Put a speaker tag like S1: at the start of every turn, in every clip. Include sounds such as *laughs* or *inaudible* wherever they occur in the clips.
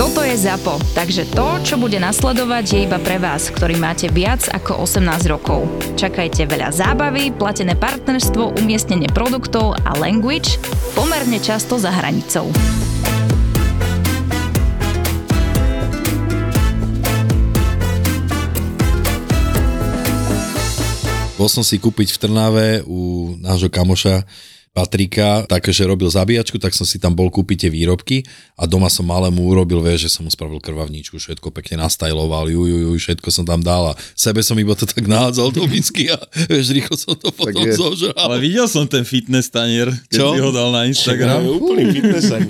S1: Toto je ZAPO, takže to, čo bude nasledovať, je iba pre vás, ktorý máte viac ako 18 rokov. Čakajte veľa zábavy, platené partnerstvo, umiestnenie produktov a language pomerne často za hranicou.
S2: Bol som si kúpiť v Trnave u nášho kamoša Patrika, takže robil zabíjačku, tak som si tam bol kúpiť tie výrobky a doma som malému urobil, vieš, že som mu spravil krvavničku, všetko pekne nastajloval, ju, ju, ju, všetko som tam dal a sebe som iba to tak nahádzal do misky a *laughs* vieš, rýchlo som to potom
S3: je.
S2: zožral.
S4: Ale videl som ten fitness tanier, keď
S2: Čo?
S4: si ho dal na Instagram.
S3: Úplný fitness aj.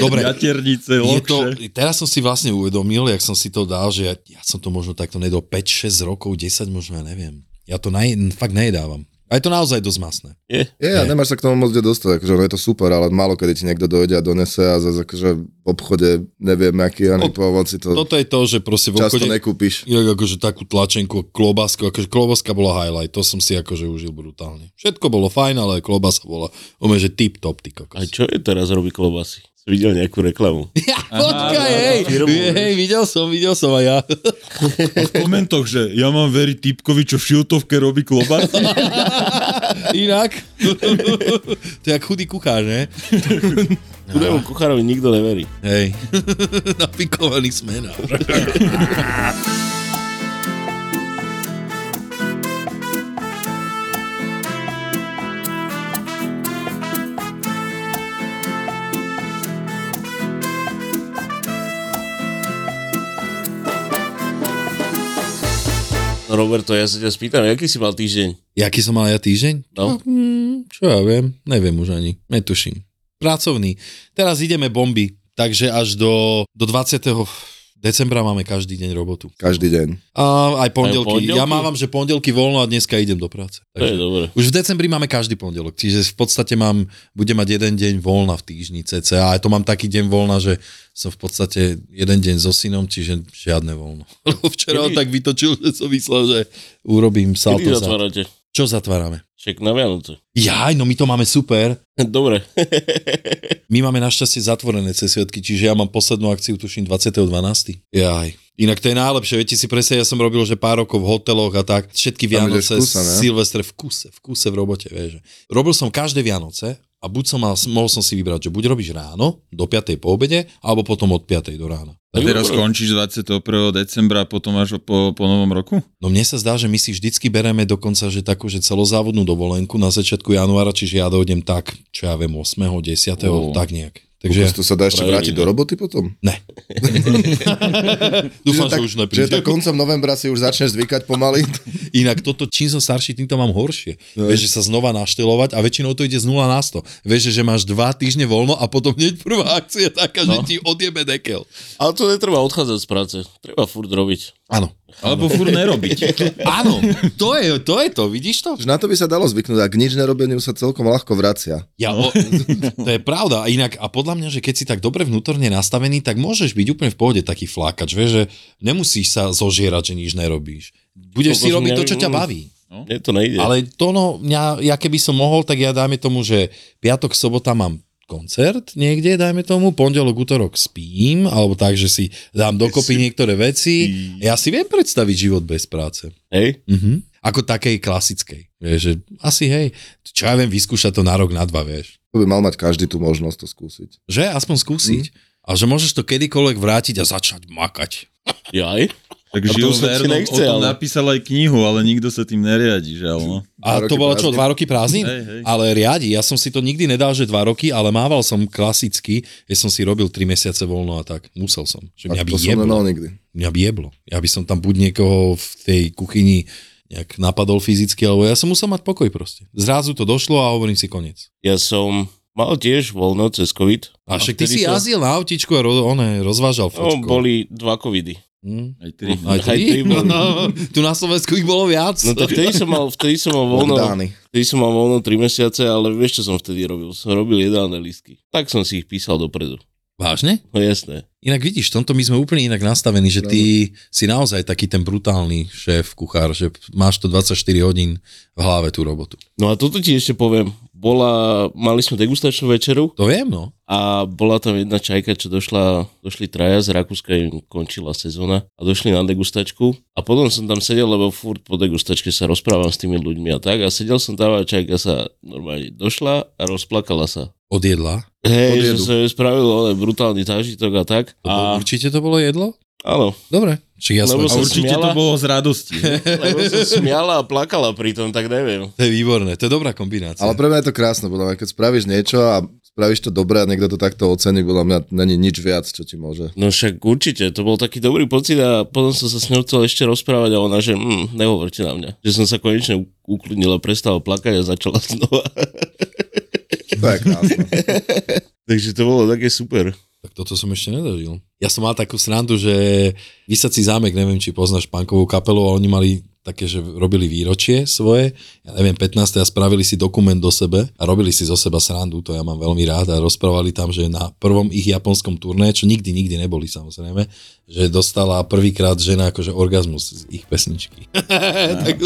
S2: Dobre,
S4: Jaternice,
S2: je
S4: lokše.
S2: to, teraz som si vlastne uvedomil, jak som si to dal, že ja, ja som to možno takto nedol 5-6 rokov, 10 možno, ja neviem. Ja to naj, fakt nejedávam. A je to naozaj dosť masné.
S3: Je, a nemáš sa k tomu moc kde dostať, akože ono je to super, ale málo kedy ti niekto dojde a donese a zase akože v obchode neviem aký
S2: O-
S3: ani pôvod si to
S2: Toto je to, že proste v
S3: často
S2: obchode...
S3: nekúpiš.
S2: Jak akože takú tlačenku, klobásku, akože klobaska bola highlight, to som si akože užil brutálne. Všetko bolo fajn, ale klobasa bola, ome, že tip top, ty kokos.
S5: A čo je teraz robí klobasy? Si videl nejakú
S2: *laughs*
S5: reklamu?
S2: Ja, počkaj, hej,
S5: firmu,
S2: hej, videl som, videl som aj ja. *laughs*
S4: A v komentoch, že ja mám veriť typkovi, čo v šiltovke robí klobásy.
S5: *laughs*
S2: Inak, to je jak chudý kuchár, ne?
S5: Chudému kuchárovi nikto neverí.
S2: Hej, *laughs* napikovaný sme na.
S5: No Roberto, ja sa ťa spýtam, aký si mal týždeň?
S2: Jaký som mal ja týždeň?
S5: No.
S2: Mm, čo ja viem, neviem už ani, netuším. Pracovný. Teraz ideme bomby, takže až do, do 20. decembra máme každý deň robotu.
S3: Každý deň.
S2: A aj pondelky.
S5: pondelky?
S2: Ja mávam, že pondelky voľno a dneska idem do práce.
S5: To je
S2: Takže.
S5: dobré.
S2: Už v decembri máme každý pondelok, čiže v podstate mám, budem mať jeden deň voľna v týždni cca a to mám taký deň voľna, že som v podstate jeden deň so synom, čiže žiadne voľno. *laughs* Lebo Včera ho
S5: Kedy-
S2: tak vytočil, že som myslel, že urobím
S5: Kedy
S2: salto. Za...
S5: zatvárate?
S2: Čo zatvárame?
S5: Ček na Vianoce. *laughs*
S2: Jaj, no my to máme super.
S5: Dobre. *laughs*
S2: My máme našťastie zatvorené cez sviatky, čiže ja mám poslednú akciu, tuším, 20.12. Jaj. Inak to je najlepšie, viete si presne, ja som robil, že pár rokov v hoteloch a tak, všetky
S3: Tam ideš
S2: Vianoce,
S3: v kuse, ne?
S2: Silvestre v kuse, v kuse v robote, vieš. Robil som každé Vianoce a buď som mal, mohol som si vybrať, že buď robíš ráno, do 5. po obede, alebo potom od 5. do rána.
S4: *laughs* A teraz končíš 21. decembra a potom až po, po novom roku?
S2: No mne sa zdá, že my si vždycky bereme dokonca, že takú, že celozávodnú dovolenku na začiatku januára, čiže ja dojdem tak, čo ja viem, 8. 10.
S4: Ó.
S2: tak nejak.
S3: Že...
S2: Takže
S3: To sa dá ešte
S5: Pravý
S3: vrátiť
S5: deň.
S3: do roboty potom?
S2: dúfam,
S3: Čiže
S2: že
S3: tak-
S2: už
S3: Že
S2: nepríde.
S3: tak koncom novembra si už začneš zvykať pomaly. *laughs*
S2: Inak toto, čím som starší, tým to mám horšie. No. Vieš, že sa znova naštelovať a väčšinou to ide z 0 na 100. Vieš, že- že máš dva týždne voľno a potom hneď prvá akcia je taká, no. že ti odjebe dekel.
S5: Ale to netreba odchádzať z práce. Treba furt robiť.
S2: Áno.
S4: Alebo fur nerobiť.
S2: Áno, to je to, je to vidíš to?
S3: Že na to by sa dalo zvyknúť a k nič nerobeniu sa celkom ľahko vracia.
S2: Ja, o, to je pravda. A inak, a podľa mňa, že keď si tak dobre vnútorne nastavený, tak môžeš byť úplne v pohode taký flákač, vieš, že nemusíš sa zožierať, že nič nerobíš. Budeš
S5: Kokos,
S2: si robiť to, čo ťa
S5: neviem.
S2: baví.
S5: Mne to nejde. Ale...
S2: Ale to no, mňa, ja keby som mohol, tak ja dajme tomu, že piatok, sobota mám koncert niekde, dajme tomu, pondelok, útorok spím, alebo tak, že si dám dokopy niektoré veci. Ja si viem predstaviť život bez práce.
S5: Hej?
S2: Mhm. Ako takej klasickej. Vieš, že asi hej, čo ja viem, vyskúšať to na rok, na dva, vieš.
S3: To by mal mať každý tú možnosť to skúsiť.
S2: Že? Aspoň skúsiť. A že môžeš to kedykoľvek vrátiť a začať makať.
S5: Jaj?
S4: Tak
S5: A
S4: Žil
S5: to už sa ti
S4: Verne o
S5: nechce,
S4: tom
S5: ale-
S4: napísal aj knihu, ale nikto sa tým neriadi, žiaľ. No.
S2: A
S3: Dva
S2: to
S3: roky
S2: bolo čo,
S3: prázdnin?
S2: dva roky prázdnin?
S4: Hej, hej.
S2: Ale riadi, ja som si to nikdy nedal, že dva roky, ale mával som klasicky, že som si robil tri mesiace voľno a tak. Musel som. Že
S3: A
S2: mňa by
S3: to som
S2: jeblo.
S3: nedal nikdy.
S2: Mňa by jeblo. Ja by som tam buď niekoho v tej kuchyni nejak napadol fyzicky, alebo ja som musel mať pokoj proste. Zrazu to došlo a hovorím si koniec.
S5: Ja som mal tiež voľno cez COVID.
S2: A však ty
S5: vtedy
S2: si
S5: sa-
S2: jazdil na autíčku a ro, one, rozvážal
S5: No,
S2: fotko.
S5: boli dva covidy.
S2: Hm?
S4: Aj tri.
S2: Aj
S5: Aj tri
S2: tri?
S5: boli.
S2: *laughs* No, tu na Slovensku ich bolo viac.
S5: No tak vtedy som mal, vtedy som mal voľno,
S3: Lockdowny.
S5: vtedy som mal voľno 3 mesiace, ale vieš, čo som vtedy robil? Som robil jedálne lístky. Tak som si ich písal dopredu.
S2: Vážne?
S5: No jasné.
S2: Inak vidíš, v tomto my sme úplne inak nastavení, že ty si naozaj taký ten brutálny šéf, kuchár, že máš to 24 hodín v hlave tú robotu.
S5: No a toto ti ešte poviem. Bola, mali sme degustačnú večeru
S2: To viem, no.
S5: a bola tam jedna čajka, čo došla, došli traja z Rakúska, im končila sezóna a došli na degustačku a potom som tam sedel, lebo furt po degustačke sa rozprávam s tými ľuďmi a tak a sedel som tam a čajka sa normálne došla a rozplakala sa.
S2: Od jedla.
S5: Hej, že
S3: Odjedu.
S5: sa jej spravil ale brutálny zážitok a tak.
S2: To bolo,
S5: A,
S2: určite to bolo jedlo?
S5: áno,
S2: Dobre. Čiže ja som...
S4: A
S5: Lebo sa
S4: určite
S5: smiala.
S4: to bolo z radosti.
S5: *laughs* lebo sa smiala a plakala pri tom, tak neviem.
S2: To je výborné, to je dobrá kombinácia.
S3: Ale pre mňa je to krásne, podľa mňa, keď spravíš niečo a spravíš to dobre a niekto to takto ocení, podľa mňa není nič viac, čo ti môže.
S5: No však určite, to bol taký dobrý pocit a potom som sa s ňou chcel ešte rozprávať a ona, že mm, nehovorte na mňa. Že som sa konečne u- ukludnila, prestala plakať a začala *laughs* znova.
S3: To je krásne.
S5: Takže to bolo také super.
S2: Tak toto som ešte nezažil. Ja som mal takú srandu, že Vysací zámek, neviem, či poznáš pankovú kapelu, a oni mali také, že robili výročie svoje, ja neviem, 15. a spravili si dokument do sebe a robili si zo seba srandu, to ja mám veľmi rád a rozprávali tam, že na prvom ich japonskom turné, čo nikdy, nikdy neboli samozrejme, že dostala prvýkrát žena akože orgazmus z ich pesničky. *laughs* tak,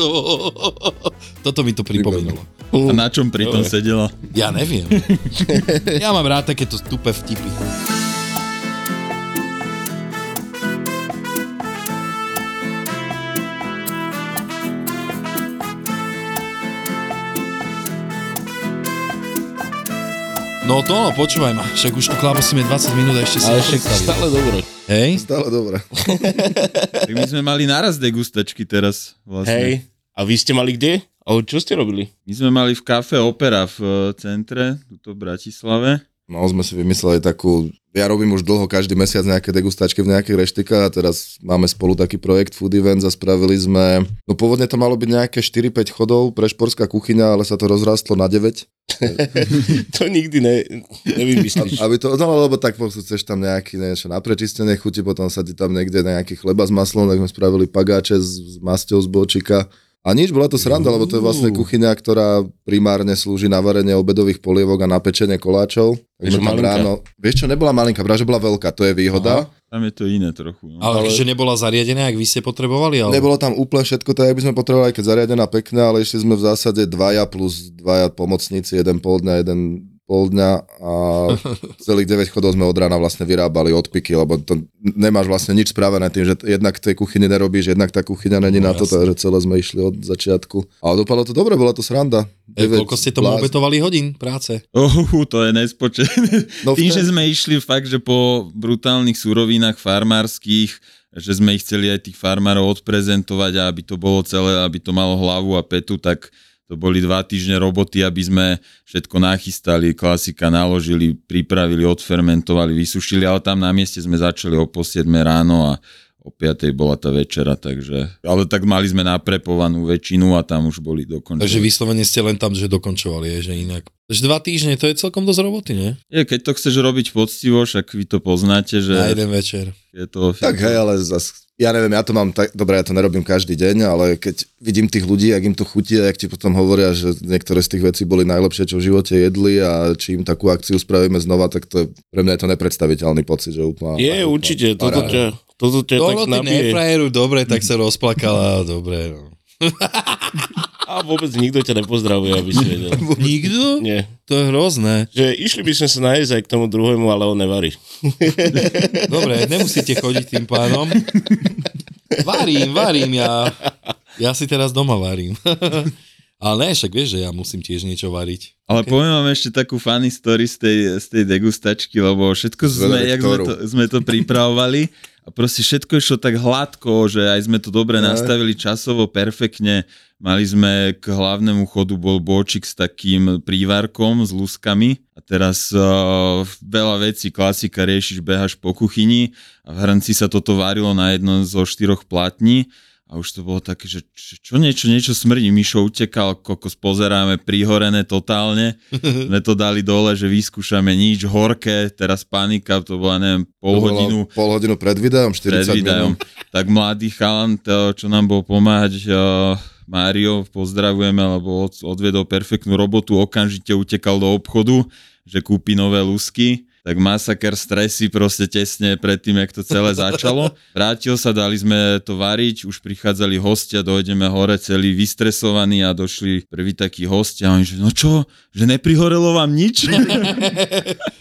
S2: toto mi to pripomenulo.
S4: A na čom pritom sedela?
S2: Ja
S3: *laughs*
S2: neviem. Ja mám rád takéto tupe vtipy. No to no, počúvaj ma, však už tu klábosíme 20 minút a ešte si
S5: Ale však
S2: nepredstavil.
S5: stále dobro.
S2: Hej?
S3: Stále dobre.
S4: Tak my sme mali naraz degustačky teraz vlastne.
S5: Hej, a vy ste mali kde? Ale čo ste robili? *laughs*
S4: My sme mali v kafe Opera v e, centre, tuto v Bratislave.
S3: No, sme si vymysleli takú, ja robím už dlho každý mesiac nejaké degustačky v nejakých reštikách a teraz máme spolu taký projekt Food Event a spravili sme, no pôvodne to malo byť nejaké 4-5 chodov pre šporská kuchyňa, ale sa to rozrastlo na 9.
S5: To nikdy ne, nevymyslíš.
S3: Aby to, no lebo tak proste chceš tam nejaký niečo na prečistenie chuti, potom sa ti tam niekde nejaký chleba s maslom, tak sme spravili pagáče s, s masťou z bočika. A nič, bola to sranda, lebo to je vlastne
S2: Uú.
S3: kuchyňa, ktorá primárne slúži na varenie obedových polievok a na pečenie koláčov.
S5: Takže
S3: Takže tam
S5: malinká.
S3: ráno... Vieš čo, nebola malinká, práve že bola veľká, to je výhoda.
S4: Tam je to iné trochu. No.
S2: Ale, že nebola zariadená, ak vy ste potrebovali? Ale...
S3: Nebolo tam úplne všetko, tak jak by sme potrebovali, keď zariadená pekná, ale išli sme v zásade dvaja plus dvaja pomocníci, jeden pol dňa, jeden pol dňa
S2: *laughs*
S3: a celých 9 chodov sme od rána vlastne vyrábali odpiky, lebo to nemáš vlastne nič spravené tým, že t- jednak tej kuchyni nerobíš, jednak tá kuchyňa není
S2: No,
S3: no, na to,
S2: jasne.
S3: takže celé sme išli od začiatku. Ale dopadlo to dobre, bola to sranda.
S2: E,
S3: Deväť
S2: koľko ste tomu
S3: blázni-
S2: obetovali hodín práce?
S4: Ohu, to je nespočet.
S3: No
S4: No, Tým,
S3: vtedy-
S4: že sme išli fakt, že po brutálnych surovinách farmárskych, že sme ich chceli aj tých farmárov odprezentovať a aby to bolo celé, aby to malo hlavu a petu, tak to boli dva týždne roboty, aby sme všetko nachystali, klasika naložili, pripravili, odfermentovali, vysušili, ale tam na mieste sme začali o pol 7 ráno a o 5 bola tá večera, takže... Ale tak mali sme naprepovanú väčšinu a tam už boli dokončené.
S2: Takže vyslovene ste len tam, že dokončovali, je, že inak. Takže dva týždne, to je celkom dosť roboty, nie?
S4: Je, keď to chceš robiť poctivo, však vy to poznáte, že
S2: Na jeden večer.
S4: je to...
S3: Tak hej, ale zas, ja neviem, ja to mám tak, dobre, ja to nerobím každý deň, ale keď vidím tých ľudí, ak im to chutí a jak ti potom hovoria, že niektoré z tých vecí boli najlepšie, čo v živote jedli a či im takú akciu spravíme znova, tak to je, pre mňa je to nepredstaviteľný pocit, že úplne...
S5: Je,
S3: úplne-
S5: určite, toto
S3: paráda.
S5: ťa, toto ťa tak
S2: Dolo ty
S5: nabije.
S2: nefrajeru, dobre, tak sa rozplakala, dobre. No.
S5: A vôbec nikto ťa nepozdravuje, aby si
S2: *laughs*
S5: vedel.
S2: Nikto?
S5: Nie.
S2: To je hrozné.
S5: Že išli by sme sa nájsť aj k tomu druhému, ale on nevarí.
S2: Dobre, nemusíte chodiť tým pánom. Varím, varím ja. Ja si teraz doma varím. *laughs* Ale ne, však vieš, že ja musím tiež niečo variť.
S4: Ale okay. poviem vám ešte takú funny story z tej, z tej degustačky, lebo všetko sme,
S3: veľa
S4: jak sme,
S3: vektorov.
S4: to, sme to pripravovali a proste všetko išlo tak hladko, že aj sme to dobre
S3: Aj.
S4: nastavili časovo, perfektne. Mali sme k hlavnému chodu bol bočik s takým prívarkom, s luskami a teraz uh, veľa vecí, klasika, riešiš, behaš po kuchyni a v hrnci sa toto varilo na jedno zo štyroch platní A už to bolo také, že č- čo niečo, niečo smrdí. Mišo utekal, kokos pozeráme, prihorené totálne. Sme to dali dole, že vyskúšame nič, horké, teraz panika, to bola neviem, pol
S3: To bolo
S4: hodinu
S3: Pol hodinu pred videom, 40
S4: pred videom.
S3: minút.
S4: Tak mladý chalan, to, čo nám bol pomáhať, eh, Mário, pozdravujeme, lebo od- odvedol perfektnú robotu, okamžite utekal do obchodu, že kúpi nové lusky. Tak masaker stresy proste tesne pred tým, jak to *laughs* celé začalo. Vrátil sa, dali sme to variť, už prichádzali hostia, dojdeme hore celý vystresovaní a došli prvý taký hostia a oni, že no čo, že neprihorelo vám *laughs* nič?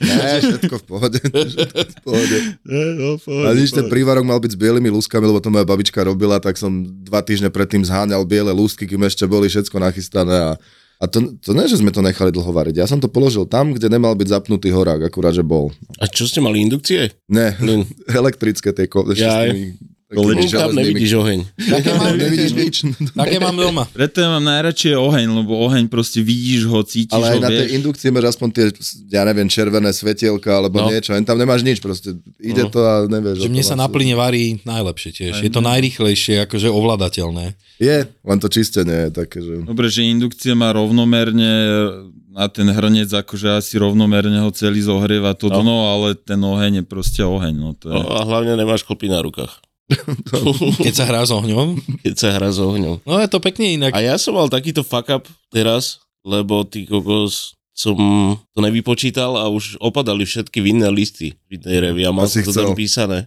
S3: Ne, všetko v pohode. *laughs* Všetko v pohode.
S4: no,
S3: A
S4: pohode,
S3: nič, ten prívarok mal byť s bielými lúskami, lebo to moja babička robila, tak som dva týždne predtým zháňal biele lúsky, kým ešte boli všetko nachystané. A, a to, to ne, že sme to nechali dlho variť. Ja som to položil tam, kde nemal byť zapnutý horák, akurát, že bol.
S5: A čo ste mali, indukcie?
S2: *laughs*
S3: Ne, *laughs*
S5: Len,
S3: elektrické tie ko- ešte s
S5: Jaj.
S3: tými
S5: len
S3: takými
S5: tam
S3: železnými-
S5: nevidíš oheň.
S6: Také mám,
S3: Nevidíš nič. no
S6: také mám doma.
S4: Preto ja mám najradšej oheň, lebo oheň proste vidíš ho, cítiš
S3: Ale aj
S4: ho,
S3: na tej
S4: vieš.
S3: indukcii máš aspoň tie, ja neviem, červené svetielka alebo
S5: No.
S3: no. niečo. Len tam nemáš nič proste. Ide
S5: No.
S3: to a nevieš.
S2: Že
S3: o
S2: mne
S3: tom
S2: sa
S3: asi.
S2: na plyne varí najlepšie tiež. Je to najrychlejšie, akože ovladateľné.
S3: Je, len to čistenie je také, že...
S4: Dobre, že indukcia má rovnomerne a ten hrnec akože asi rovnomerne ho celý zohrieva to
S5: No.
S4: dno, ale ten oheň je proste oheň. No to je.
S5: No, a hlavne nemáš chlpy na
S2: *laughs*
S5: rukách,
S2: Keď sa hrá s ohňom,
S5: keď sa hrá s ohňom.
S2: no je to pekne inak.
S5: A ja som mal takýto fuck up teraz, lebo ty kokos som to nevypočítal a už opadali všetky vinné listy v tej revi a mal
S3: Asi
S5: som to
S3: chcel.
S5: tam písané.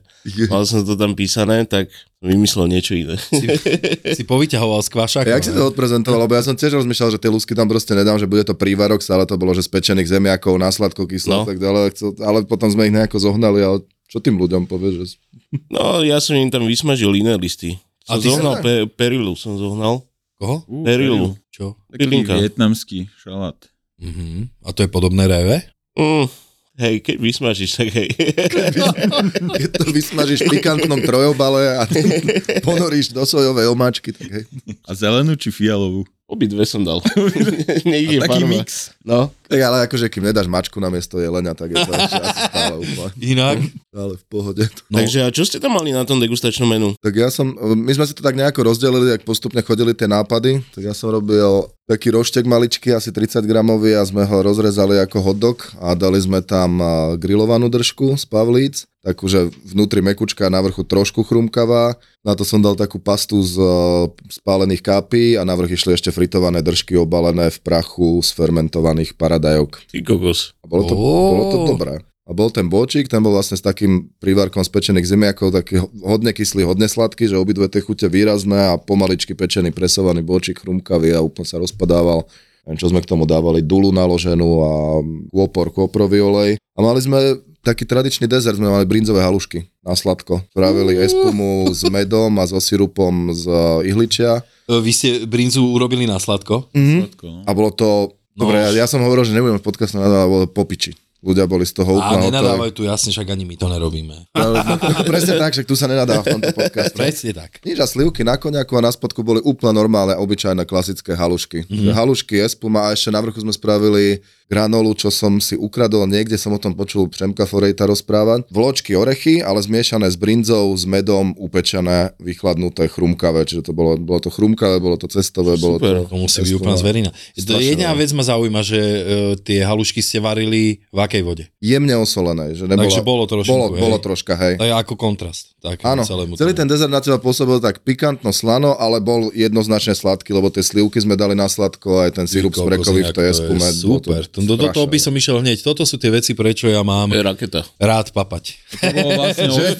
S5: Mal som to tam písané, tak som vymyslel niečo iné. *laughs*
S2: Si povyťahoval z kvašaka.
S3: A jak si
S2: ne?
S3: to odprezentoval? Lebo ja som tiež rozmýšľal, že tie lusky tam proste nedám, že bude to prívarok, ale to bolo, že z pečených zemiakov, na sladko, kyslo a
S5: No.
S3: tak ďalej. Chcel- Ale potom sme ich nejako zohnali a čo tým ľuďom povieš? Že...
S5: No, ja som im tam vysmažil iné listy.
S2: A
S5: Som
S2: ty
S5: zohnal pe- perilu, som zohnal.
S2: Koho?
S4: Ú,
S5: Perilu.
S2: Čo?
S4: Taký
S5: Bylinka.
S4: vietnamský šalát.
S2: Mhm. A to je podobné reve?
S5: Mm, hej, keď vysmažíš, tak hej. *laughs*
S3: Keď to vysmažíš v pikantnom trojobale a ponoríš do sojovej omáčky, tak hej.
S4: A zelenú či fialovú?
S5: Obidve som
S4: *laughs*
S5: dal.
S4: A
S5: Niekde
S4: taký
S5: farba.
S4: mix.
S5: No,
S3: Tak ale akože, kým nedáš mačku na miesto jelenia, tak je to ešte asi stále úplne.
S2: Inak? e,
S3: Ale v pohode.
S2: No.
S5: Takže a čo ste tam mali na tom degustačnom menu?
S3: Tak ja som, my sme si to tak nejako rozdelili, ak postupne chodili tie nápady, tak ja som robil taký roštek maličký, asi 30 gramový a sme ho rozrezali ako hotdog a dali sme tam a, grillovanú držku z pavlíc, takú, že vnútri mekučka, na vrchu trošku chrumkavá, na to som dal takú pastu z e, spálených kápí a na vrch išli ešte fritované držky obalené v prachu z fermentovaných paradajok.
S5: Ty kokos.
S3: A bolo to,
S2: Ó.
S3: bolo to dobré. A bol ten bočík, ten bol vlastne s takým prívarkom z pečených zemiakov, taký ho- hodne kyslý, hodne sladký, že obidve tie chute výrazné a pomaličky pečený, presovaný bočík, chrumkavý a úplne sa rozpadával. Neviem, čo sme k tomu dávali, dulu naloženú a kôpor, kôprový olej. A mali sme taký tradičný dezert, sme mali brinzové halušky na sladko. Spravili espumu s medom a so sirupom z eh, ihličia.
S2: Vy ste brinzu urobili na sladko?
S4: Sladko, no.
S3: A bolo to...
S2: No.
S3: Dobre, ja, ja som hovoril, že nebudem v podcastu nadávať, ale bolo popiči. Ľudia boli z
S2: A
S3: toho úplne hotoví.
S2: nenadávajú tu, jasne, však ani my to nerobíme.
S3: Ale- Presne tak, však tu sa nenadá v tomto podcaste.
S2: Presne tak.
S3: Nič a slivky na koniaku a na spodku boli úplne normálne, obyčajné, klasické halušky.
S2: Mhm.
S3: Mm-hmm. Halušky, espuma a ešte na vrchu sme spravili granolu, čo som si ukradol niekde, som o tom počul Přemka Forejta rozprávať. Vločky orechy, ale zmiešané s brinzou, s medom, upečené, vychladnuté, chrumkavé, čiže to bolo, bolo to chrumkavé, bolo to cestové, bolo
S5: Super.
S2: To
S3: to...
S2: musí byť
S3: Espumová.
S2: úplná zverina.
S3: Strašne
S2: Jedna
S3: veľa.
S2: vec ma zaujíma, že e, tie halušky ste varili v akej vode?
S3: jemne osolené, že nebola,
S2: Takže bolo trošinku,
S3: bolo,
S2: hej.
S3: bolo troška, hej.
S2: To je ako kontrast. Tak,
S3: Áno,
S2: celému
S3: celý
S2: tomu.
S3: ten dezert na teba pôsobil tak pikantno slano, ale bol jednoznačne sladký, lebo tie slivky sme dali na sladko, aj ten sirup z
S2: Kokos,
S3: brekový
S2: nejak
S3: v tej
S2: to je
S3: espume. bol to
S2: Super, to, do, do toho by som išiel hneď. Toto sú tie veci, prečo ja mám
S5: To je raketa.
S2: rád papať.
S4: To bolo vlastne od,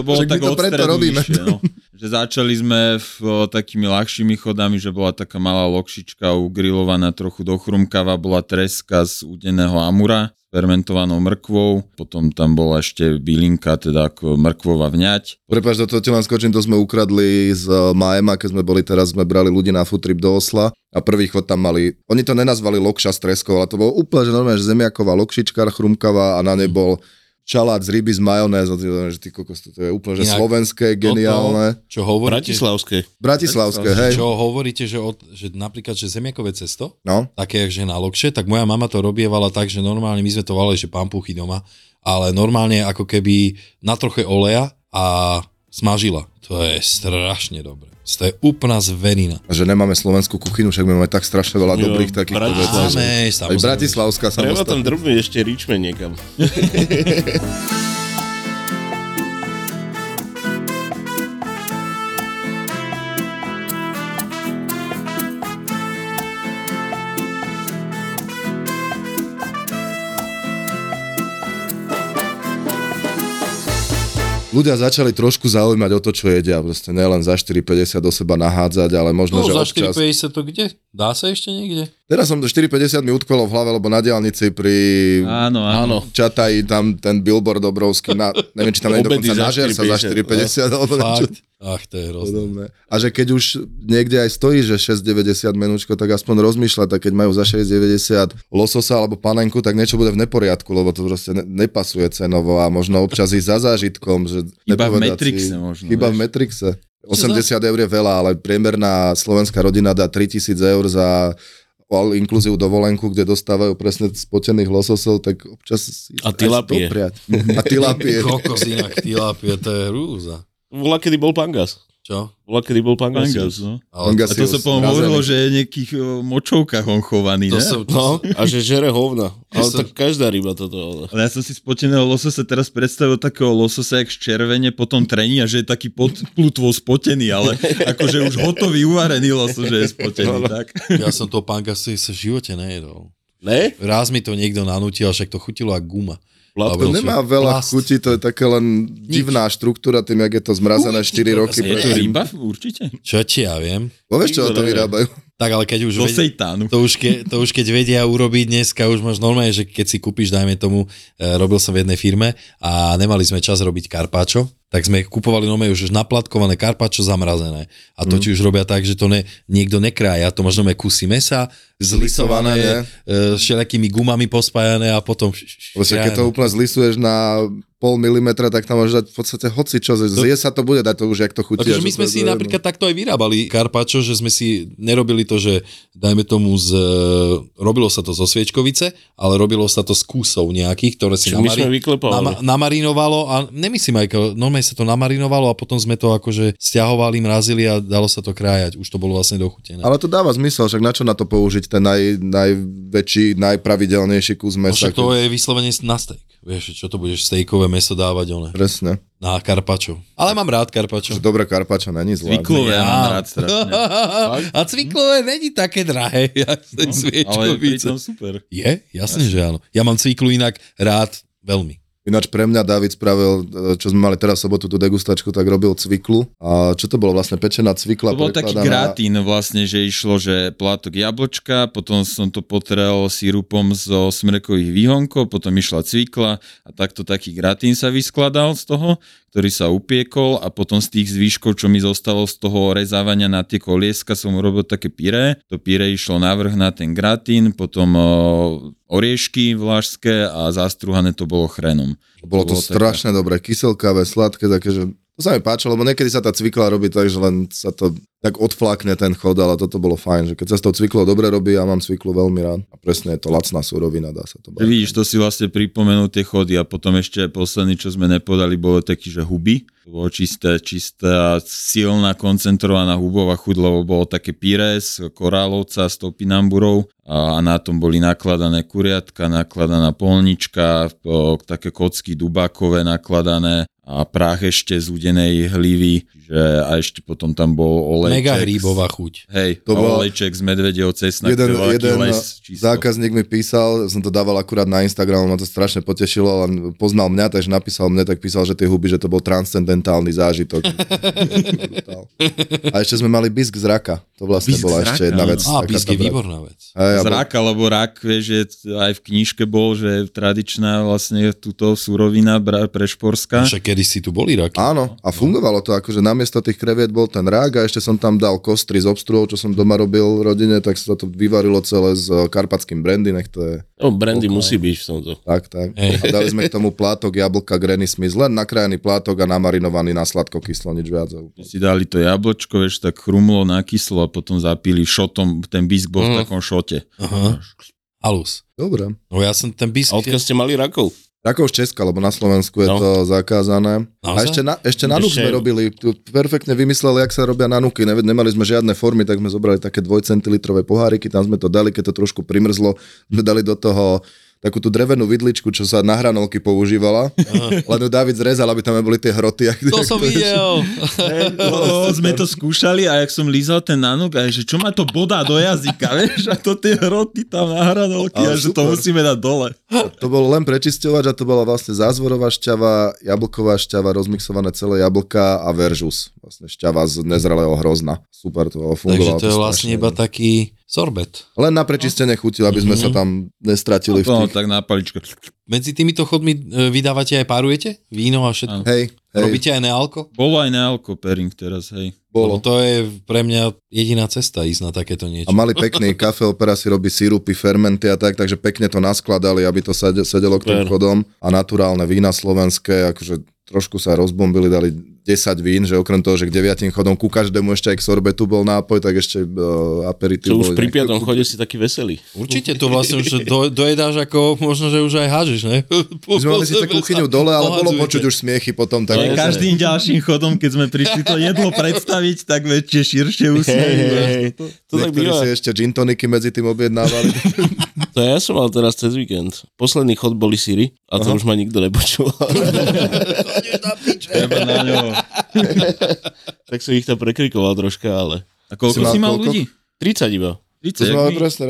S4: to bolo
S3: Však my
S4: tak
S3: to preto robíme.
S4: odstredujúšie, no. Že začali sme v, o, takými ľahšími chodami, že bola taká malá lokšička ugrilovaná trochu do chrumkava, bola treska z udeného amura s fermentovanou mrkvou, potom tam bola ešte bylinka, teda ako mrkvová vňať.
S3: Prepač, do toho ti len skočím, to sme ukradli z e, Majema, keď sme boli teraz, sme brali ľudí na futrip do Osla a prvý chod tam mali, oni to nenazvali lokša s treskou, ale to bolo úplne, že normálne, že zemiaková lokšička, chrumkavá a na nej
S2: Mhm.
S3: bol čalát z ryby s majonézou, Ty hovorím, že ty kokos, to je úplne, že
S2: Inak
S3: slovenské, geniálne.
S2: Toto, čo hovoríte,
S5: Bratislavské.
S3: Bratislavské, hej.
S2: čo hovoríte že, od, že napríklad, že zemiakové cesto,
S3: No,
S2: také, že na lokše, tak moja mama to robievala tak, že normálne my sme to valili, že pampuchy doma, ale normálne ako keby na troche oleja a smažila. To je strašne dobré. To je úplná zverina.
S3: A že nemáme slovenskú kuchynu, však my máme tak strašne veľa
S5: Jo,
S3: dobrých takýchto
S5: Bratislava.
S3: vecí. že-
S2: Máme,
S3: Aj
S2: samozrejme.
S3: Bratislavská
S5: Treba tam
S3: samostatná.
S5: drbnúť ešte ričme niekam.
S3: Ľudia začali trošku zaujímať o to, čo jedia. Proste nielen za 4,50 do seba nahádzať, ale
S2: No,
S3: možno, že
S2: za
S3: občas...
S2: 4,50 to kde? Dá sa ešte
S3: *laughs*
S2: niekde?
S3: Teraz som to 4,50 mi utkvelo v hlave, lebo na diálnici pri
S4: Áno, áno.
S3: Čataji tam ten billboard obrovský, na, neviem, či tam je
S5: Obedy
S3: dokonca
S5: za
S3: nažer sa za 4,50
S5: 4,50,
S3: alebo niečo
S2: Fakt? Ach, to je hrozné.
S3: podobné. A že keď už niekde aj stojí, že 6,90 menúčko, tak aspoň rozmýšľa, tak keď majú za 6,90 lososa alebo panenku, tak niečo bude v neporiadku, lebo to proste ne- nepasuje cenovo a možno občas ísť za zážitkom. Že
S4: Iba v
S3: nepovedať
S4: Matrixe možno,
S3: Iba v
S4: vieš.
S3: Matrixe. 80 eur je veľa, ale priemerná slovenská rodina dá 3000 eur za all inclusive dovolenku, kde dostávajú presne spotených lososov, tak občas si
S5: A
S3: aj
S5: tilapie.
S3: dopriať. A
S4: *laughs*
S3: tilapie.
S2: Kokos inak, tilapia, to je hrúza.
S5: Bola kedy bol Pangas.
S2: Čo?
S5: Bola kedy bol Pangas.
S4: Pangas, no.
S2: Ale
S4: A to sa potom hovorilo, že je v nejakých o, močovkách on chovaný,
S2: to,
S4: ne?
S2: sa, to,
S5: No, a že žere hovna. Ale
S2: sa-
S5: tak každá ryba toto. Ale.
S4: Ale ja som si spoteného lososa teraz predstavil takého lososa, jak červene potom trení a že je taký pod plutvou spotený, ale akože už hotový uvarený losos, že je spotený, tak?
S2: *laughs* ja som to pankasi sa v živote nejedol.
S5: Ne?
S2: Raz mi to niekto nanútil, však to chutilo ako guma.
S5: Vládko,
S3: To
S2: Alebo- no,
S3: nemá veľa
S2: Plast.
S3: chuti, to je také len divná štruktúra, tým, jak je to zmrazené 4
S4: Je
S3: roky.
S4: to *laughs*
S3: predtým.
S4: ryba určite?
S2: Čo ti ja viem?
S3: Bo vieš, čo
S5: Nikto
S3: to
S5: nevie.
S3: vyrábajú?
S2: Tak ale keď už...
S4: Do
S2: vedia-
S4: sejtánu.
S2: To už, ke, to už keď vedia urobiť dneska, už máš normálne, že keď si kúpiš, dajme tomu, e, robil som v jednej firme a nemali sme čas robiť karpáčo, tak sme kupovali normálne už naplatkované karpáčo zamrazené. A to mm. ti už robia tak, že to ne, niekto nekrája, to máš normálne kusy mesa,
S3: Lisované,
S2: zlisované, e, s všelijakými gumami pospájané a potom...
S3: Lebo keď to
S2: krájame.
S3: úplne zlisuješ na pol milimetra, tak tam môžeš dať v podstate hoci čo, zje sa to bude dať to už, jak to chutí.
S2: Takže
S3: až
S2: Akože my sme
S3: úplne
S2: si
S3: zjedno.
S2: napríklad takto aj vyrábali karpačo, že sme si nerobili to, že dajme tomu z... e, Robilo sa to zo sviečkovice, ale robilo sa to z kúsov nejakých, ktoré si
S5: Čiže my sme
S2: nama,
S5: vyklepovali.
S2: namarinovalo a nemyslím aj, ke- normálne sa to namarinovalo a potom sme to akože stiahovali, mrazili a dalo sa to krájať. Už to bolo vlastne dochutené.
S3: Ale to dáva zmysel, však na čo na to použiť ten naj, najväčší, najpravidelnejší kus
S2: No
S3: mesa.
S2: však to je vyslovene na steak. Vieš, čo to budeš steakové meso dávať one?
S3: Presne.
S2: Na karpačo. Ale mám rád karpačo.
S3: Že dobré karpačo není zlá.
S4: Vyklové ja mám rád strašne.
S2: *laughs* A cviklové není také drahé, *laughs* jak ten
S4: Ale
S2: sviečkovice.
S4: pritom super.
S2: Je? Jasne, že áno. Ja mám cviklu inak rád veľmi.
S3: Ináč pre mňa David spravil, e, čo sme mali teraz v sobotu tú degustačku, tak robil cviklu. A čo to bolo vlastne? Pečená cvikla.
S4: To bol taký
S3: prekladaná-
S4: gratín vlastne, že išlo, že plátok jablčka, potom som to potrel sírupom zo smrekových výhonkov, potom išla cvikla a takto taký gratín sa vyskladal z toho, ktorý sa upiekol a potom z tých zvyškov, čo mi zostalo z toho rezávania na tie kolieska, som urobil také pyré. To pyré išlo navrh na ten gratín, potom o, oriešky vlašské a zastruhané to bolo chrenom.
S3: Bolo
S4: Bolo
S3: to
S4: také.
S3: strašne dobré, kyselkavé, sladké, také, že to sa mi páčilo, lebo niekedy sa tá cvikla robí tak, že len sa to tak odflákne ten chod, ale toto bolo fajn, že keď sa s tou cviklou dobre robí, ja mám cviklu veľmi rád a presne je to lacná surovina, dá sa to
S4: Že Vidíš, to si vlastne pripomenú tie chody a potom ešte posledný, čo sme nepodali, bolo taký, že huby. To bolo čisté, čistá, silná, koncentrovaná hubová chuť, lebo bolo také pyré z korálovca, z topinamburov a na tom boli nakladané kuriatka, nakladaná polnička, o, také kocky dubákové nakladané a práh ešte z udenej hlivy, že a ešte potom tam bol olejček.
S2: Mega hríbová chuť.
S4: Hej, to
S3: To bola-
S4: bol olejček z medvedieho cesnak, to
S3: Jeden,
S4: je
S3: jeden
S4: les, čisto.
S3: zákazník mi písal, som to dával akurát na Instagram, ma to strašne potešilo, ale poznal mňa, takže napísal mne, tak písal, že tie huby, že to bol transcendentálny
S4: *laughs*
S3: zážitok. Brutál. a ešte sme mali bisk z raka, to vlastne
S4: Bisk
S3: bola
S4: z
S3: ešte
S4: raka,
S3: jedna
S4: áno.
S3: vec.
S2: Á,
S3: taká
S2: písk je
S3: dobrá.
S2: výborná vec.
S3: Hej, a
S4: z
S3: bol-
S4: raka, lebo rak, vieš, je, aj v knižke bol, že tradičná vlastne túto surovina bra- prešporská.
S2: Však kedy si tu boli raky.
S3: Áno, a fungovalo to, akože namiesto tých kreviet bol ten rák a ešte som tam dal kostry z obstruhov, čo som doma robil rodine, tak sa to vyvarilo celé s e, karpatským brandy, nech to je
S5: No, brandy musí byť v tomto.
S3: tak, tak. A dali sme k tomu plátok jablka Granny Smith, len nakrajený plátok a namarinovaný na sladko kyslo, nič viac.
S4: Si dali to jablčko, vieš, tak chrumlo nakyslo a potom zapili šotom, ten bisk
S3: Mhm.
S4: bol v takom šote.
S2: Aha. Halus.
S3: Dobre.
S2: No ja som ten bisk...
S5: A odkiaľ ste mali rakov?
S3: Ako už Česka, lebo na Slovensku je no.
S5: No.
S3: to zakázané. A
S2: Naozaj?
S3: ešte, na, ešte na nuch
S5: Ešte-
S3: sme robili, tu perfektne vymysleli, jak sa robia na nuky. Ne, nemali sme žiadne formy, tak sme zobrali také dvojcentilitrové poháriky, tam sme to dali, keď to trošku primrzlo, sme dali do toho takú tú drevenú vidličku, čo sa na hranolky používala. Len ju David zrezal, aby tam neboli tie hroty. jak-
S2: To
S3: jak *laughs*
S2: som
S3: je-
S2: videl. *laughs*
S4: O, sme to skúšali a jak som lízal ten nanuk a že čo ma to bodá do jazyka, *laughs* vieš, a to tie hroty tam na hranolky a
S3: Ale
S4: že to
S3: super.
S4: musíme dať dole.
S3: To bol len prečisťovač a to bola vlastne zázvorová šťava, jablková šťava, rozmixované celé jablka a veržus. Vlastne šťava z nezrelého hrozna. Super to bolo,
S2: Takže
S3: fungovalo.
S2: to je vlastne
S3: strašne.
S2: iba taký sorbet.
S3: Len na prečistenie chuti, aby sme
S5: Mhm.
S3: sa tam nestratili v
S4: To
S3: tých...
S5: No,
S4: No, tak na paličke.
S2: Medzi týmito chodmi e, vydávate aj párujete? Víno a všetko?
S3: Hej, hej,
S2: Robíte aj nealko?
S4: Bolo aj nealko pairing teraz, hej.
S2: Lebo
S3: bolo.
S2: to je pre mňa jediná cesta ísť na takéto
S3: A
S2: niečo.
S3: mali pekný kafe, opera si robí sírupy, fermenty a tak, takže pekne to naskladali, aby to sede- sedelo k tým
S5: Super.
S3: chodom. A naturálne vína slovenské, akože trošku sa rozbombili, dali 10 vín, že okrem toho, že k 9 chodom ku každému ešte aj k sorbetu bol nápoj, tak ešte uh, aperitív.
S5: Čo
S3: boli
S5: už pri
S3: nejaké-
S5: piatom chode si taký veselý.
S2: Určite to vlastne už do, dojedáš ako, možno, že už aj hážeš,
S3: *laughs*
S2: ne?
S3: My sme mali
S5: *laughs*
S3: síce kuchyňu dole, ale bolo
S2: Pohadzujete.
S3: počuť už smiechy potom. Tak...
S5: Jasné.
S4: Každým ďalším chodom, keď sme prišli to jedlo predstaviť, tak väčšie, širšie úsmevy.
S5: To tak
S3: Niektorí si
S5: býva.
S3: ešte gin toniky medzi tým objednávali.
S5: *laughs* To ja som mal teraz cez víkend. Posledný chod boli síry a to už ma nikto nepočul.
S4: Treba na ňo.
S5: tak som ich tam prekrikoval troška, ale...
S4: A koľko
S3: Si mal
S4: si mal
S3: koľko?
S4: ľudí?
S5: 30 iba.
S3: To
S4: 30,
S3: sme
S4: jak
S3: mali
S4: my?
S3: presne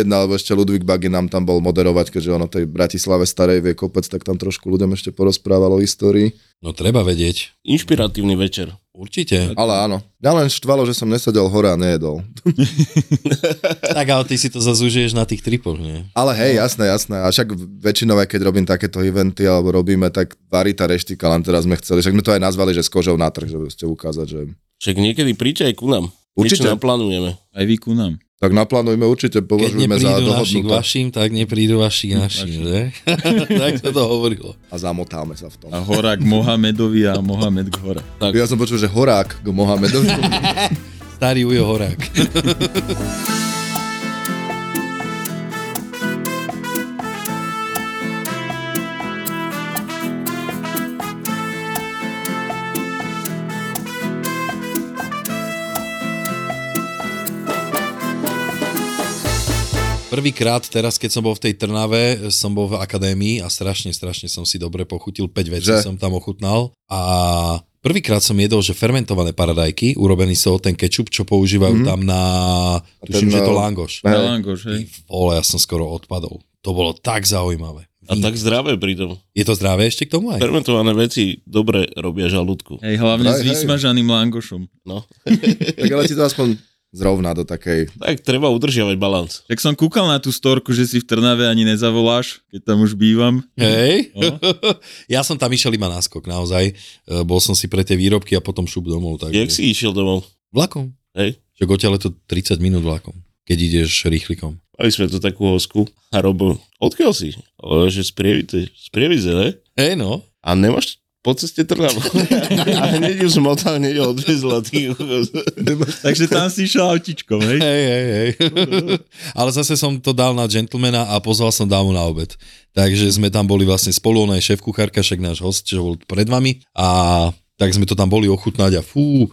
S3: 31, alebo ešte Ludvík Bagin nám tam bol moderovať, keďže on o tej Bratislave starej vie kopec, tak tam trošku ľuďom ešte porozprávalo o histórii.
S2: No treba vedieť.
S5: Inšpiratívny večer.
S2: Určite.
S3: Ale áno. Ja len štvalo, že som nesedel hore a nejedol.
S2: Tak ale ty si to zazúžiješ na tých tripoch, nie?
S3: Ale hej, jasné, jasné. A však väčšinou, aj keď robím takéto eventy alebo robíme, tak varí tá reštika, len teraz sme chceli. Však sme to aj nazvali, že s kožou na trh, že ste ukázať, že...
S5: Však niekedy príďte aj ku nám. Niečo
S3: Určite.
S5: naplánujeme.
S4: Aj vy ku nám.
S3: Tak naplánujme určite,
S2: Keď
S3: považujme za
S2: neprídu naši k
S3: dohodnuté
S2: vašim, tak neprídu vaši k našim, že? *laughs* tak sa to hovorilo.
S3: a zamotáme sa v tom.
S4: A hora k Mohamedovi a Mohamed k hore.
S3: Ja som počul, že horák k
S2: *laughs*
S3: Mohamedovi. *laughs*
S2: Starý Ujo Horák. Prvýkrát teraz, keď som bol v tej Trnave, som bol v akadémii a strašne, strašne som si dobre pochutil, 5 vecí
S3: Že?
S2: som tam ochutnal a prvýkrát som jedol, že fermentované paradajky, urobený so ten kečup, čo používajú mm-hmm. tam na, tuším,
S3: Mhm. ten,
S2: že to
S3: eh,
S2: langoš.
S3: Hej.
S4: Galangoš, hej.
S2: Ty Vole, ja som skoro odpadol. To bolo tak zaujímavé.
S5: A tak zdravé pritom.
S2: Je to zdravé ešte k tomu aj?
S5: Fermentované veci dobre robia žalúdku.
S4: Hej, hlavne
S3: Hej,
S4: s
S3: hej.
S4: vysmažaným langošom.
S5: No.
S3: tak ale ti to aspoň zrovna do takej...
S5: Tak treba udržiavať balans.
S4: Tak som kúkal na tú storku, že si v Trnave ani nezavoláš, keď tam už bývam.
S2: Hej?
S4: No.
S2: *laughs* ja som tam išiel iba na skok, naozaj. E, Bol som si pre tie výrobky a potom šup domov. Takže...
S5: Jak si išiel domov?
S2: Vlakom.
S5: Hej.
S2: Že odtiaľ je to 30 minút vlakom, keď ideš rýchlikom.
S5: Mali sme tu takú hosku a robo, odkiaľ si? O, že z Prievidze, z Prievidze, ne?
S2: Hej no.
S5: A nemáš po ceste Trnavu. *laughs* a hneď ju zmotal, hneď ju odvezla. Ty. kokos.
S4: Takže tam si išiel autičkom, hej.
S2: Hej, hej,
S4: *laughs*
S2: hej. Ale zase som to dal na gentlemana a pozval som dámu na obed. Takže sme tam boli vlastne spolu, ona je šéf kuchárka, však náš host, čo bol pred vami. A tak sme to tam boli ochutnať a fú,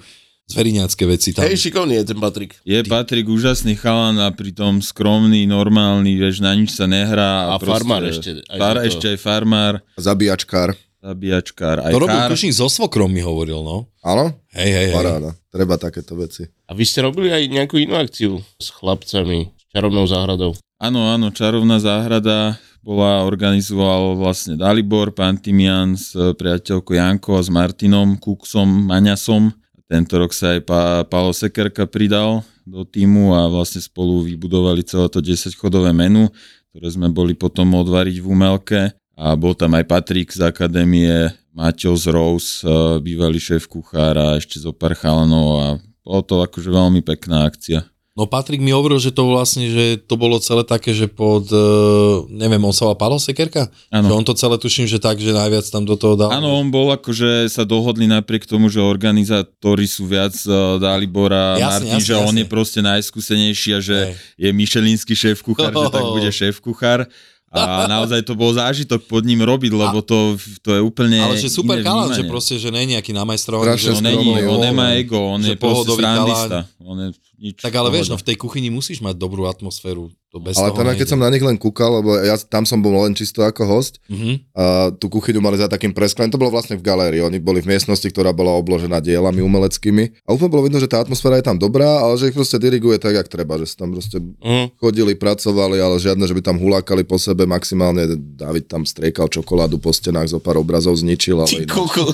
S2: zveriňácké veci tam.
S5: Hej, šikovný je ten Patrik.
S4: Je Patrik úžasný chalan a pritom skromný, normálny, vieš, na nič sa nehrá.
S5: A farmár ešte, aj
S4: Aj far,
S5: za to.
S4: ešte aj farmár,
S3: Zabíjačkár.
S4: zabíjačkár, aj
S2: to robil
S4: kár.
S2: No, tuším so svokrom, mi hovoril, no.
S3: Áno?
S2: Hej, hej, hej.
S3: Paráda. Treba takéto veci.
S5: A vy ste robili aj nejakú inú akciu s chlapcami, s čarovnou záhradou.
S4: Áno, áno, Čarovná záhrada bola, organizoval vlastne Dalibor, pán Timian s e, priateľkou Jankou a s Martinom, Kuksom, Maňasom. Tento rok sa aj pa, Palo Sekerka pridal do týmu a vlastne spolu vybudovali celé to 10-chodové menu, ktoré sme boli potom odvariť v Umelke. A bol tam aj Patrik z akadémie, Mateo z Rose, e, bývalý šéf kuchára, ešte zo pár chalanov a bolo to akože veľmi pekná akcia.
S2: No Patrik mi hovoril, že to vlastne, že to bolo celé také, že pod, e, neviem, on sa volá Palo Sekerka?
S4: Áno.
S2: Že on to celé tuším, že tak, že najviac tam do toho dal.
S4: Áno, on bol akože sa dohodli napriek tomu, že organizátori sú viac eh, Dalibora a
S2: Jasne,
S4: Martin,
S2: jasne,
S4: že on
S2: jasne.
S4: je proste najskúsenejší a že
S2: Hej.
S4: je Michelinský šéf kuchár, že tak
S2: Oh.
S4: bude šéf kuchár. A
S2: *laughs*
S4: A naozaj to bol zážitok pod ním robiť, lebo to, to je úplne
S2: Ale že super
S4: iné
S2: chalan, že
S4: vnímanie.
S2: proste, že nie je nejaký namastrovaný.
S3: Strašne
S2: že
S4: On není,
S3: skromný,
S4: on
S3: jo.
S4: nemá ego, on
S2: Že
S4: je proste
S2: pohodový chalan.
S4: srandista. On je nič
S2: Tak ale
S4: v
S2: vieš, no
S4: pohode.
S2: v tej kuchyni musíš mať dobrú atmosféru. To bez
S3: Ale
S2: toho
S3: tam, keď som na nich len kúkal, lebo ja tam som bol len čisto ako host,
S2: Mhm.
S3: a tú kuchyňu mali za takým presklením, to bolo vlastne v galérii, oni boli v miestnosti, ktorá bola obložená dielami umeleckými a úplne bolo vidno, že tá atmosféra je tam dobrá, ale že ich proste diriguje tak, jak treba, že si tam proste
S2: Mm.
S5: Mhm.
S3: chodili, pracovali, ale žiadne, že by tam hulákali po sebe, maximálne David tam striekal čokoládu po stenách, zo pár obrazov zničil, ale inak.
S2: Koko.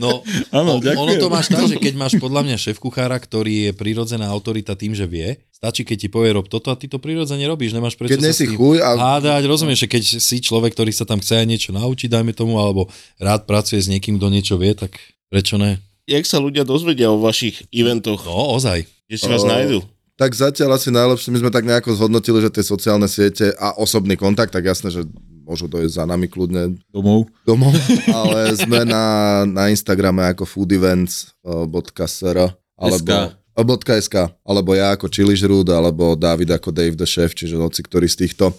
S2: No,
S4: *laughs* Áno,
S2: on, ono
S4: ďakujem.
S2: to máš tak, že keď máš podľa mňa šéf kuchára, ktorý je prirodzená autorita tým, že vie, stačí, keď ti povie rob toto a ty to prirodzene robíš, nemáš prečo
S3: Keď
S2: sa
S3: nie
S2: s
S3: si
S2: tým
S3: chuj a
S2: hádať, rozumieš, že keď si človek, ktorý sa tam chce aj niečo naučiť, dajme tomu, alebo rád pracuje s niekým, kto niečo vie, tak prečo ne?
S5: Jak sa ľudia dozvedia o vašich eventoch,
S2: No, ozaj.
S5: kde si vás
S3: O,
S5: nájdu?
S3: Tak zatiaľ asi najlepšie, my sme tak nejako zhodnotili, že tie sociálne siete a osobný kontakt, tak jasné, že môžu dojsť za nami kľudne
S4: Domov.
S3: domov, ale sme na, na Instagrame ako foodevents.sr alebo
S4: SK.
S3: SK. .sk, alebo ja ako Chili Žrúd, alebo David ako Dave the Chef, čiže hoci ktorý z týchto.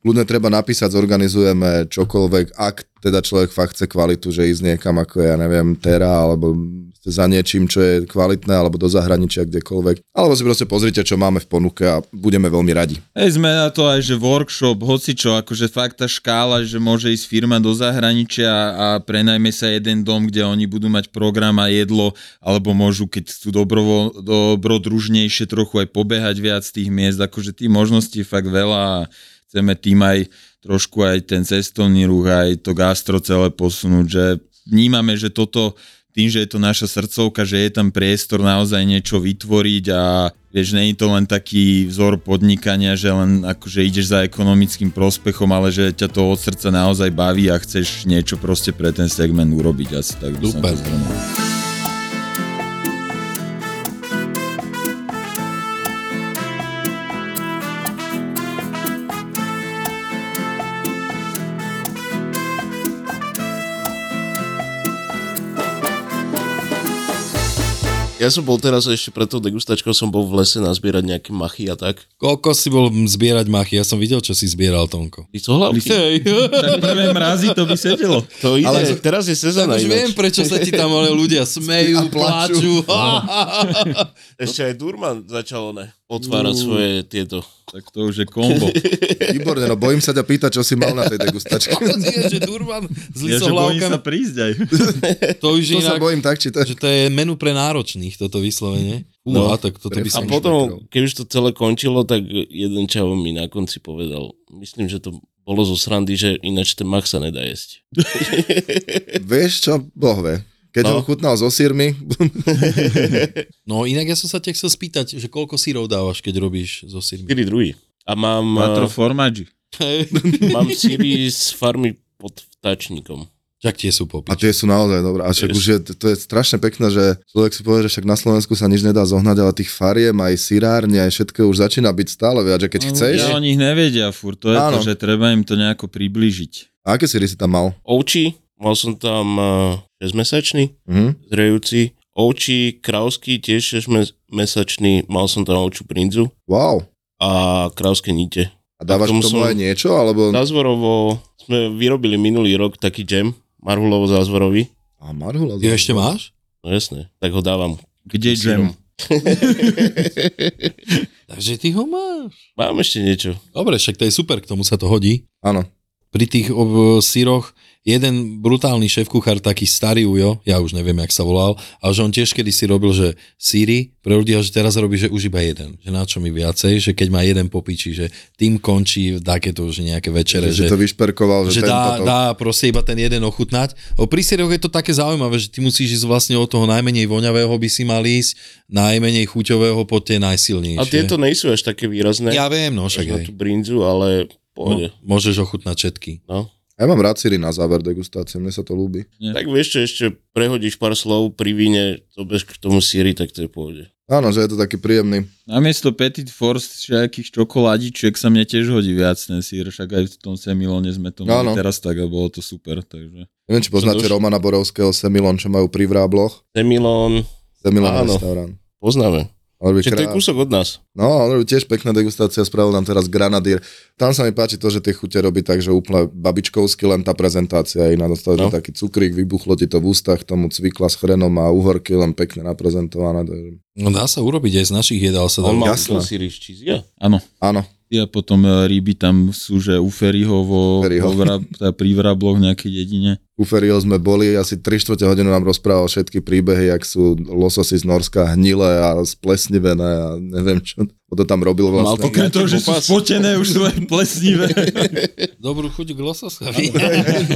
S3: Kľudne treba napísať, zorganizujeme čokoľvek, ak teda človek fakt chce kvalitu, že ísť niekam ako ja neviem, Tera, alebo za niečím, čo je kvalitné, alebo do zahraničia, kdekoľvek. Alebo si proste pozrite, čo máme v ponuke a budeme veľmi radi.
S4: Hej, sme na to aj, že workshop, hocičo, akože fakt tá škála, že môže ísť firma do zahraničia a prenajme sa jeden dom, kde oni budú mať program a jedlo, alebo môžu, keď sú dobrovo, dobrodružnejšie, trochu aj pobehať viac z tých miest, akože tých možností je fakt veľa a chceme tým aj trošku aj ten cestovný ruch, aj to gastro celé posunúť, že vnímame, že toto tým, že je to naša srdcovka, že je tam priestor naozaj niečo vytvoriť a vieš, nie je to len taký vzor podnikania, že len akože ideš za ekonomickým prospechom, ale že ťa to od srdca naozaj baví a chceš niečo proste pre ten segment urobiť asi tak. by som
S2: Super.
S4: to zhrnul.
S5: Ja som bol teraz ešte pred tou degustačkou, som bol v lese nazbierať nejaké machy a tak.
S2: Koľko si bol zbierať machy? Ja som videl, čo si zbieral, Tonko.
S5: Listohlavky?
S4: Tak prvé mrazy to by sedelo.
S5: To ide,
S3: Ale-
S5: ale... teraz je
S2: Tak
S5: sezóna
S2: už
S5: ináč.
S2: akože viem, prečo sa ti tam ale ľudia smejú,
S3: plačú.
S2: plačú. *laughs*
S5: Ešte aj Durman začal ne, otvárať svoje tieto.
S4: Tak to už je kombo.
S3: Výborne, no bojím sa ťa pýtať, čo si mal na tej
S2: *laughs*
S3: degustačke.
S2: Ježe, Durban s
S4: Ja, že bojím sa
S2: lisohlavkami.
S4: prísť aj.
S2: To už
S3: To sa
S2: inak,
S3: bojím tak, či to...
S2: že to je menu pre náročných, toto vyslovene. No, a tak toto by
S3: presne.
S2: som...
S5: A
S3: Som
S5: potom,
S3: špetrol.
S5: keď už to celé končilo, tak jeden čavo mi na konci povedal, myslím, že to bolo zo srandy, že ináč ten mach sa nedá jesť.
S3: Vieš čo? Boh vie. Keď no. ho
S5: No.
S3: chutnal so sírmi,
S2: No inak ja som sa ťa chcel spýtať, že koľko sírov dávaš, keď robíš so sírmi?
S5: 4 druhý. A mám, eh,
S4: Patro
S5: Matrof.
S4: formaggio.
S5: mám síry z farmy pod vtáčnikom.
S2: Čak tie sú
S3: a
S2: popič.
S3: tie sú naozaj dobré. A však už je, to je strašne pekné, že človek si povie, že však na Slovensku sa nič nedá zohnať, ale tých fariem, aj sírárne, aj všetko už začína byť stále viac, že
S5: Mm,
S3: keď chceš.
S4: Ja o nich nevedia furt, to je
S3: Áno.
S4: to, že treba im to nejako priblížiť.
S3: A aké síry si tam mal?
S5: Ovči, mal som tam 6 mesačný,
S3: Mhm.
S5: zrejúci. Ovči, krausky, tiež 6 mesačný, mal som tam ovču prinzu
S3: Wow.
S5: a krauské nite.
S3: A dávaš tomu,
S5: Tak tomu som- No.
S3: aj niečo? Alebo...
S5: Zázvorovo sme vyrobili minulý rok taký džem, marhulovo zázvorový.
S3: A marhula.
S2: Ty ho ešte máš?
S5: No jasné, tak ho dávam.
S4: Kde džem?
S5: sírom.
S2: Takže ty ho máš.
S5: Mám ešte niečo.
S2: Dobre, však to je super, k tomu sa to hodí.
S3: Áno.
S2: Pri tých ob, síroch jeden brutálny šéf-kuchár, taký starý Ujo, ja už neviem, jak sa volal, ale že on tiež kedy si robil, že síry pre ľudí, a že teraz robí, že už iba jeden. Že na čo mi viacej, že keď má jeden popíči, že tým končí takéto už nejaké večere, že,
S3: Že, to vyšperkoval, že,
S2: že
S3: tento
S2: dá,
S3: to...
S2: dá proste iba ten jeden ochutnať. O, pri sieroch je to také zaujímavé, že ty musíš ísť vlastne od toho najmenej voňavého by si mal ísť, najmenej chuťového po tie najsilnejšie.
S5: A tieto nejsú až také výrazné.
S2: Ja viem, no však
S5: až na
S2: hej.
S5: tú brinzu, ale
S2: Mo-
S5: pohode.
S2: môžeš ochutnať všetky.
S5: No.
S3: Ja mám rád síry na záver degustácie, mne sa to ľúbi.
S5: Tak vieš čo, ešte prehodíš pár slov pri víne, to bez k tomu síry, tak to je pohode.
S3: Áno, že je to taký príjemný.
S4: Namiesto Petit Force nejakých čokoládičiek sa mne tiež hodí viac ten sír, však aj v tom Semilone sme to mali
S3: Áno.
S4: teraz tak a bolo to super, takže
S3: Neviem, či poznáte
S5: duš-
S3: Romana Borovského Semilon, čo majú pri Vrábloch.
S5: Semilón,
S3: Semilon
S5: Áno.
S3: restaurant.
S5: poznáme.
S3: On robí
S5: Čiže to je kúsok od nás.
S3: No, on robí tiež pekná degustácia, spravil nám teraz granadír. Tam sa mi páči to, že tie chute robí tak, že úplne babičkovsky, len tá prezentácia je iná. Dostal no.
S5: No.
S3: taký cukrík, vybuchlo ti to v ústach, tomu cvikla s chrenom a uhorky len pekne naprezentované. takže-
S2: No dá sa urobiť aj z našich jedál sa dá.
S5: On má
S3: jasné.
S5: si ríš čizia.
S4: Áno.
S3: Áno,
S4: A potom e, ryby tam sú, že u Ferryho vo,
S3: Ferryho.
S4: vo
S3: *laughs*
S4: vrab, tá pri vrabloch nejaké dedine.
S3: u Ferryho sme boli, asi 3 čtvrte hodinu nám rozprával všetky príbehy, jak sú lososy z Norska hnilé a splesnivené a neviem čo. On to tam robil
S5: Mal
S3: vlastne.
S5: to
S4: Okrem toho, že sú
S5: Opás.
S4: spotené, už sú aj
S3: *laughs*
S4: plesnivé.
S2: Dobrú chuť k lososovi.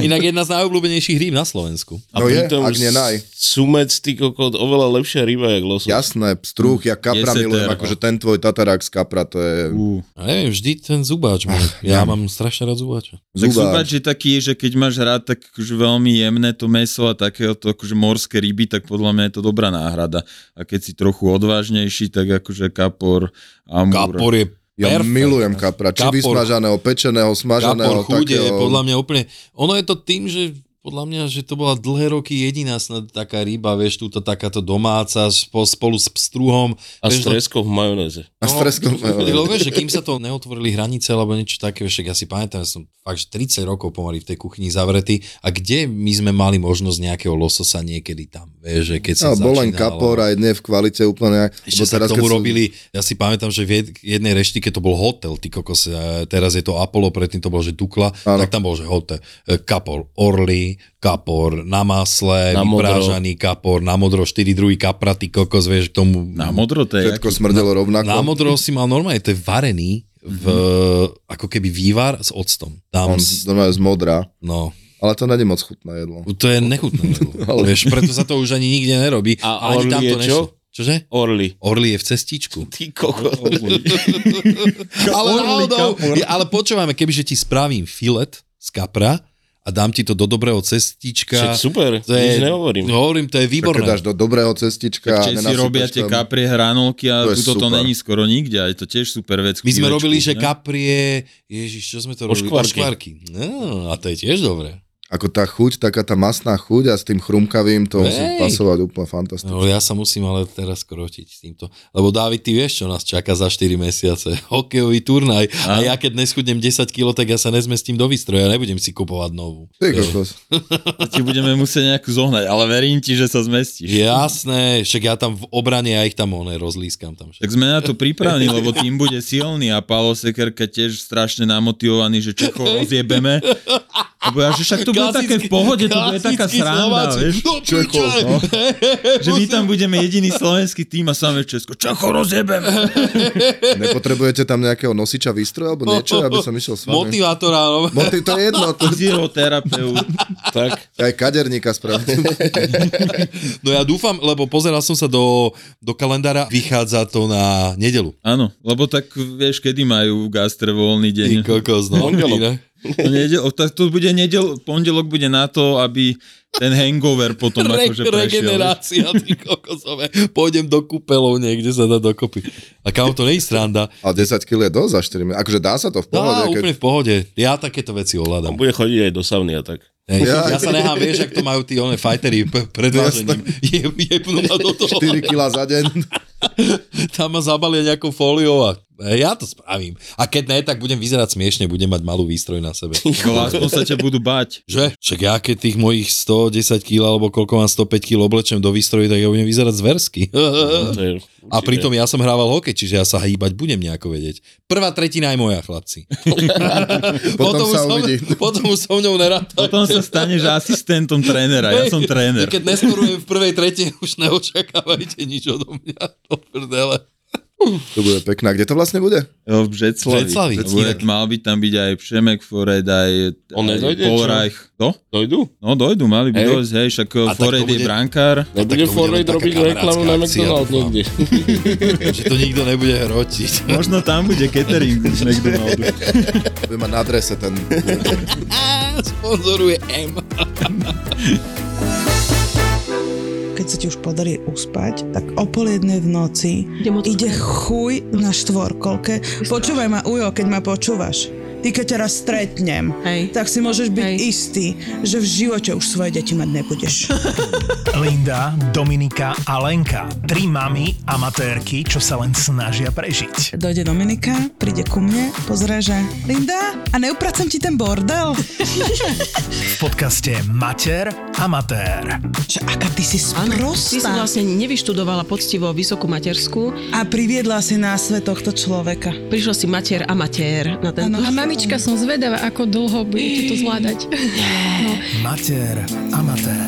S2: Inak jedna z najobľúbenejších rýb na Slovensku.
S5: A
S3: No je,
S5: pritom
S3: ak nie naj.
S5: Sumec, ty kokot, oveľa lepšia ryba, jak losos.
S3: Jasné, strúh, ja kapra
S4: Jeseter.
S3: milujem, akože ten tvoj tatarák z kapra, to je
S4: Ú.
S2: Ja neviem, vždy ten zubáč môj. Ja mám strašne rád zubáča.
S4: Tak
S3: zubáč.
S4: zubáč je taký, že keď máš rád tak akože veľmi jemné to meso a takéhoto akože morské ryby, tak podľa mňa je to dobrá náhrada. A keď si trochu odvážnejší, tak akože kapor, amur.
S2: Kapor je
S3: Ja
S2: perfekt.
S3: milujem kapra, či
S2: Kapor.
S3: vysmažaného, pečeného, smaženého.
S2: Kapor chude je
S3: takého-
S2: podľa mňa úplne... Ono je to tým, že podľa mňa, že to bola dlhé roky jediná snad taká ryba, vieš, túto takáto domáca spo- spolu s pstruhom.
S5: A
S2: vieš, no
S5: stresko v majonéze.
S3: A No, streskom.
S2: *laughs* Lebo vieš, že kým sa to neotvorili hranice alebo niečo také, vieš, tak ja si pamätám, ja som fakt že 30 rokov pomaly v tej kuchyni zavretý a kde my sme mali možnosť nejakého lososa niekedy tam, vieš, že keď sa
S3: No, bol len
S2: začínalo-
S3: kapor aj nie v kvalite úplne.
S2: Ešte
S3: lebo
S2: sa k tomu
S3: keď sú-
S2: robili, ja si pamätám, že v jed- jednej reštike to bol hotel, ty kokos, e, teraz je to Apollo, predtým to bol, že Dukla,
S3: Áno.
S2: tak tam bol, že hotel, e, kapor orly, kapor na masle,
S5: Na
S2: na
S5: modro.
S2: vyprážaný kapor, na modro, 4 druhý kapra, ty kokos, vieš, k tomu...
S4: Na modro to je
S3: Všetko smrdelo rovnako.
S2: na modro si mal normálne, to je varený, v, ako keby vývar s octom. Tam,
S3: On
S2: s-
S3: normálne z modrá.
S2: no,
S3: Ale to není moc chutné jedlo.
S2: to je nechutné.
S3: Ale-
S2: ale... Vieš, preto sa to už ani nikde nerobí.
S5: A
S2: ani
S5: orly
S2: tam
S5: je
S2: to
S5: čo?
S2: nešlo. Čože?
S5: Orly.
S2: Orly je v cestičku.
S5: Ty
S2: Oh
S5: kokot.
S2: ale
S4: Orly
S2: náhodou,
S4: kapor.
S2: no, ale počúvame, kebyže ti spravím filet z kapra a dám ti to do dobrého cestička. No,
S5: Však super, nič nehovorím.
S2: Hovorím, to je
S3: Výborné. Keď
S2: výborné.
S3: dáš do dobrého cestička.
S4: Tak Česi robia tie kaprie hranolky a
S3: To je
S4: tuto to
S3: super.
S4: není skoro nikde. A je to tiež super vec.
S2: My sme
S4: chvíľečku,
S2: robili, že
S4: ne?
S2: kaprie, ježiš, čo sme to robili?
S5: Oškvarky.
S2: No, a to je tiež dobré.
S3: Ako tá chuť, taká tá masná chuť a s tým chrumkavým to musí
S2: Hej.
S3: pasovať úplne fantasticky.
S2: No, ja sa musím ale teraz krotiť s týmto. Lebo Dávid, ty vieš, čo nás čaká za 4 mesiace. *laughs* Hokejový turnaj. A ja keď neschudnem 10 kg, tak ja sa nezmestím do výstroja. Nebudem si kupovať novú.
S3: Ty kokos.
S4: Ti budeme musieť nejakú zohnať, ale verím ti, že sa zmestíš.
S2: Jasné, však ja tam v obrane, ja ich tam oné rozlískam tam všetko.
S4: Tak sme na to pripravení, lebo tým bude silný a Paolo Sekerka tiež strašne namotivovaný, že Čechov rozjebeme. A bude, že však to bude také v pohode, to bude taká
S2: klasický
S4: sranda,
S2: Slováci.
S4: vieš.
S2: No,
S4: Čechov,
S2: piče.
S4: no. Že my tam budeme jediný slovenský tým a samé Česko. Čechov rozjebeme.
S3: Nepotrebujete tam nejakého nosiča výstroja alebo niečo, aby som išiel s vami?
S2: Motivátora, *laughs* no.
S3: Motiv, to je jedno. To...
S2: *laughs*
S4: Fyzioterapeut.
S5: tak,
S3: Aj kaderníka
S2: *laughs*
S3: spravím.
S2: no ja dúfam, lebo pozeral som sa do, do kalendára, vychádza to na nedelu.
S4: Áno, lebo tak vieš, kedy majú gastre voľný deň.
S2: Ty kokos, no.
S5: Pondelok.
S2: inak.
S4: To Nedel, tak to bude nedel, pondelok bude na to, aby ten hangover potom
S2: Re-
S4: akože prešiel.
S2: regenerácia, ty kokosové. Pôjdem do kúpelov niekde sa dá dokopy. A kam to nie je sranda.
S3: A 10 kg je dosť za 4 mesiace. Akože dá sa to v pohode.
S2: Dá,
S3: keď...
S2: úplne v pohode. Ja takéto veci
S5: on
S2: ovládam.
S5: bude chodiť aj do savny a tak.
S2: Hej,
S3: Ja-
S2: ja,
S3: *laughs*
S2: ja sa nechám, vieš, ak to majú tí one fightery p- pred vážením. Je, no, jebnú ma do toho.
S3: 4 kg za
S2: *laughs*
S3: deň.
S2: Tam ma zabalia nejakou fóliou a e, ja to spravím. A keď ne, tak budem vyzerať smiešne, budem mať malú výstroj na
S3: *laughs*
S2: sebe.
S4: Lebo aspoň sa ťa budú bať.
S2: Že? Však ja keď tých mojich 110 kg alebo koľko mám 105 kg oblečem do výstroju, tak ja budem vyzerať
S3: *laughs*
S2: zversky.
S5: To je
S2: A
S5: určite.
S2: pritom ja som hrával hokej, čiže ja sa hýbať budem nejako vedieť. Prvá tretina je moja, chlapci. už
S3: Potom sa
S2: som,
S3: uvidí.
S2: *laughs* potom už som ňou nerátal.
S4: Potom sa staneš asistentom trénera. Teda Ja som tréner.
S2: Keď neskorujem v prvej tretine, už neočakávajte nič odo mňa. Do prdele.
S3: To bude pekná. Kde to vlastne bude?
S4: Jo, No, V Břeclavi.
S2: Břeclavi,
S4: Lebo je-
S2: inak.
S4: Mal by tam byť aj Přemek Fored, aj, e,
S5: On
S4: aj
S5: nedojde,
S4: Paul
S5: čo?
S4: Reich. To?
S5: Dojdu?
S4: No dojdu, mali by
S5: Hej.
S4: dojsť, hej, však
S2: A tak
S4: Fored
S2: to
S4: je
S2: bude-
S4: brankár.
S5: Nebude
S2: No tak to bude len
S5: Fortnite
S2: taká
S5: robiť
S2: kamarátska
S5: reklamu na
S2: akcia,
S5: McDonald's
S2: dúfam.
S5: niekde.
S2: Že to nikto nebude hrotiť.
S4: Možno tam bude catering z McDonaldu.
S3: Bude mať na adrese ten...
S2: Á, Sponzoruje M.
S7: keď sa ti už podarí uspať, tak o pol jednej v noci ide chuj na štvorkolke. Počúvaj ma, Ujo, keď ma počúvaš. ty keď teraz stretnem,
S8: Hej.
S7: tak si môžeš byť
S8: Hej.
S7: istý, že v živote už svoje deti mať
S8: *laughs*
S7: nebudeš.
S9: Linda, Dominika a Lenka. Tri mami amatérky, čo sa len snažia prežiť.
S7: Dojde Dominika, príde ku mne, pozrie, že Linda, a neupracem ti ten
S8: *laughs*
S7: bordel?
S9: V podcaste Mater Amatér.
S7: Že aká ty si
S8: Ty si
S7: sprostá.
S8: vlastne nevyštudovala poctivo vysokú materskú,
S7: A priviedla si na svet tohto človeka.
S8: prišla si mater a mater na ten...
S7: Áno.
S10: A mamička som zvedavá, ako dlho budete to zvládať.
S9: Mater Amatér.